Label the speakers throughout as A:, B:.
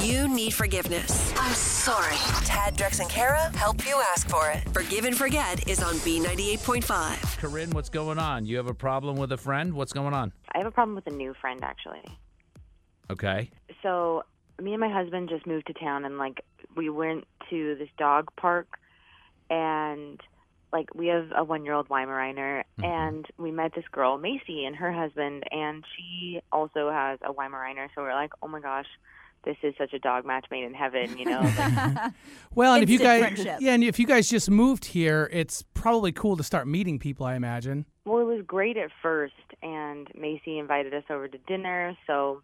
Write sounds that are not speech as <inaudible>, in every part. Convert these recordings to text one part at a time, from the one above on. A: you need forgiveness.
B: I'm sorry.
A: Tad, Drex, and Kara help you ask for it. Forgive and Forget is on B98.5.
C: Corinne, what's going on? You have a problem with a friend? What's going on?
D: I have a problem with a new friend actually.
C: Okay.
D: So me and my husband just moved to town and like we went to this dog park and like we have a one year old Weimaraner and we met this girl, Macy, and her husband and she also has a Weimaraner, so we're like, Oh my gosh, this is such a dog match made in heaven, you know. Like,
E: Well, and if you
F: Instant
E: guys,
F: friendship.
E: yeah, and if you guys just moved here, it's probably cool to start meeting people. I imagine.
D: well, it was great at first and Macy invited us over to dinner, so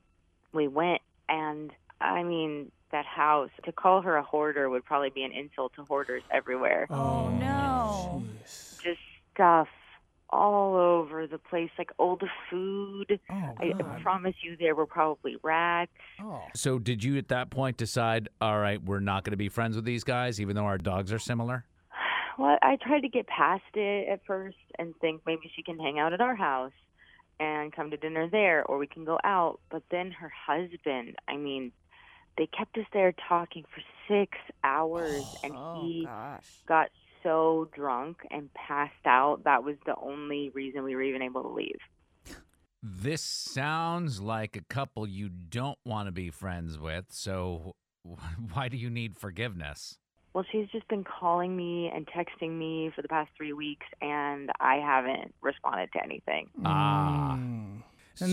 D: we went and I mean that house to call her a hoarder would probably be an insult to hoarders everywhere.
F: Oh, no.
D: just stuff all over the place, like old food.
E: Oh,
D: I
E: God.
D: promise you, there were probably rats.
E: Oh.
C: So, did you at that point decide, all right, we're not going to be friends with these guys, even though our dogs are similar?
D: Well, I tried to get past it at first and think maybe she can hang out at our house and come to dinner there, or we can go out. But then her husband, I mean, they kept us there talking for six hours, and he
F: gosh.
D: got so drunk and passed out. That was the only reason we were even able to leave.
C: This sounds like a couple you don't want to be friends with. So, <laughs> why do you need forgiveness?
D: Well, she's just been calling me and texting me for the past three weeks, and I haven't responded to anything.
C: Ah.
E: And,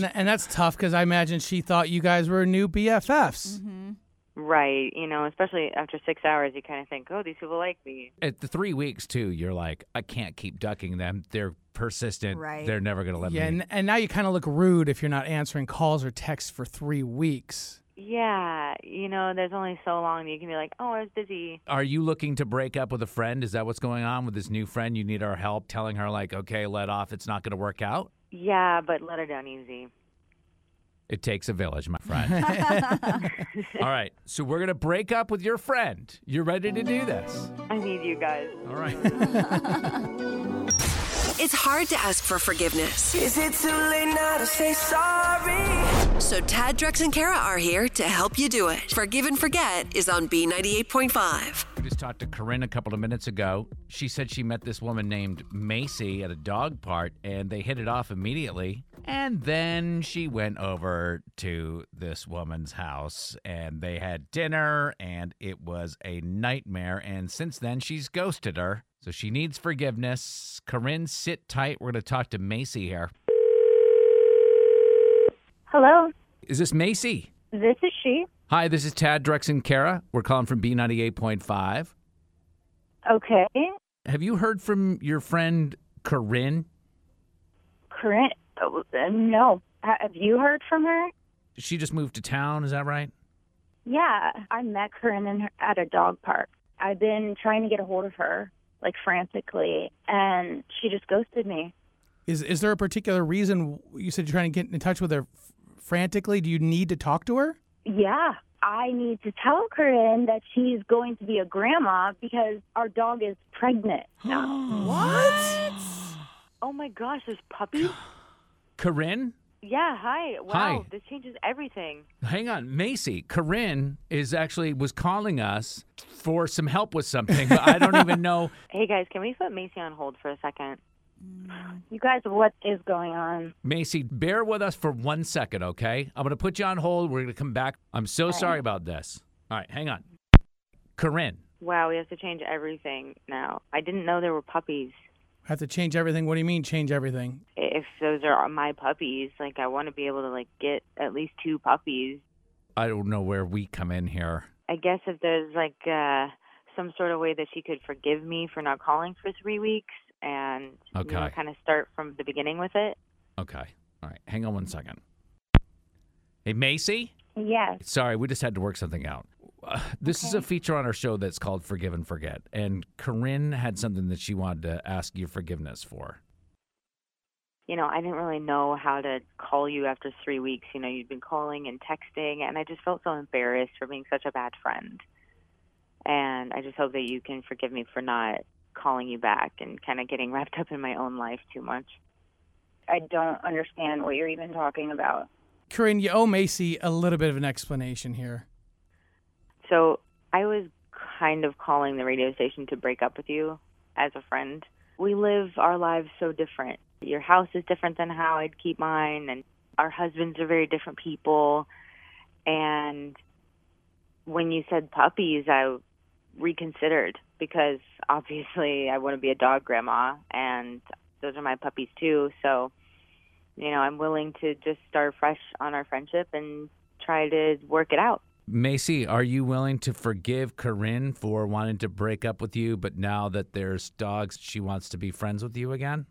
E: tha- and that's tough because I imagine she thought you guys were new BFFs.
F: Mm-hmm.
D: Right. You know, especially after six hours, you kind of think, oh, these people like me.
C: At the three weeks, too, you're like, I can't keep ducking them. They're persistent.
F: Right.
C: They're never going to let
E: Yeah,
C: me.
E: and, and now you kind of look rude if you're not answering calls or texts for three weeks.
D: Yeah. You know, there's only so long you can be like, oh, I was busy.
C: Are you looking to break up with a friend? Is that what's going on with this new friend? You need our help telling her, like, okay, let off. It's not going to work out.
D: Yeah, but let her down easy.
C: It takes a village, my friend. All right. So we're going to break up with your friend. You're ready to do this.
D: I need you guys.
C: All right.
A: It's hard to ask for forgiveness. Is it too late now to say sorry? So Tad, Drex, and Kara are here to help you do it. Forgive and Forget is on B98.5.
C: We just talked to Corinne a couple of minutes ago. She said she met this woman named Macy at a dog park and they hit it off immediately. And then she went over to this woman's house and they had dinner and it was a nightmare. And since then, she's ghosted her. So she needs forgiveness. Corinne, sit tight. We're going to talk to Macy here.
G: Hello,
C: Is this Macy?
G: this is she.
C: Hi, this is Tad Drex and Kara. We're calling from B98.5.
G: Okay,
C: Have you heard from your friend Corinne?
G: current. oh, uh, No, Ha- have you heard from her?
C: she just moved to town. Is that right?
G: Yeah, I met Corinne in her, at a dog park. I've been trying to get a hold of her like frantically, and she just ghosted me.
E: Is is there a particular reason you said you're trying to get in touch with her f- frantically? Do you need to talk to her?
G: Yeah, I need to tell Corinne that she's going to be a grandma because our dog is pregnant.
D: <gasps> Oh my gosh, there's
G: <gasps>
D: puppies?
C: Corinne?
D: Yeah. Hi. Wow.
C: Hi.
D: This changes everything.
C: Hang on, Macy. Corinne is actually was calling us for some help with something, but I don't even know.
D: Hey, guys, can we put Macy on hold for a second?
G: Mm, You guys, what is going on?
C: Macy, bear with us for one second, okay? I'm going to put you on hold. We're going to come back. I'm so sorry about this. All right, hang on. Corinne,
D: Wow, we have to change everything now. I didn't know there were puppies.
E: I have to change everything. What do you mean change everything?
D: If those are my puppies, like I want to be able to like get at least two puppies
C: I don't know where we come in here.
D: I guess if there's like uh some sort of way that she could forgive me for not calling for three weeks and you know,
C: Okay.
D: kind of start from the beginning with it.
C: Okay. All right, hang on one second. Hey, Macy?
G: Yes.
C: Sorry, we just had to work something out. Uh, this is a feature on our show that's called Forgive and Forget. And Corinne had something that she wanted to ask your forgiveness for.
D: You know, I didn't really know how to call you after three weeks. You know, you'd been calling and texting, and I just felt so embarrassed for being such a bad friend. And I just hope that you can forgive me for not calling you back and kind of getting <laughs> wrapped up in my own life too much.
G: I don't understand what you're even talking about.
F: <laughs>
E: Corinne, you owe Macy a little bit of an explanation here.
D: So I was kind of calling the radio station to break up with you as a friend. We live our lives so different. Your house is different than how I'd keep mine, and our husbands are very different people. And when you said puppies, I reconsidered because <laughs> obviously I want to be a dog grandma, and those are my puppies too. So, you know, I'm willing to just start fresh on our friendship and try to work it out.
C: Macy, are you willing to forgive Corinne for wanting to break up with you, but now that there's dogs, she wants to be friends with you again?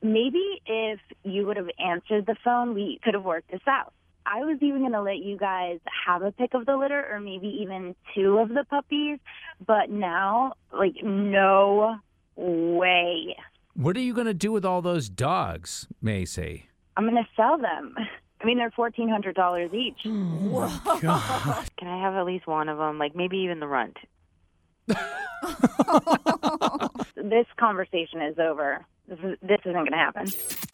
G: Maybe if you would have answered the phone, we could have worked this out. I was even going to let you guys have a pick of the litter or maybe even two of the puppies, but now, like, no way.
C: What are you going to do with all those dogs, Macy?
G: I'm going to sell them. I mean, they're $1,400 each.
D: Can I have at least one of them? Like maybe even the runt.
G: This conversation is over. This, is, this isn't going to happen.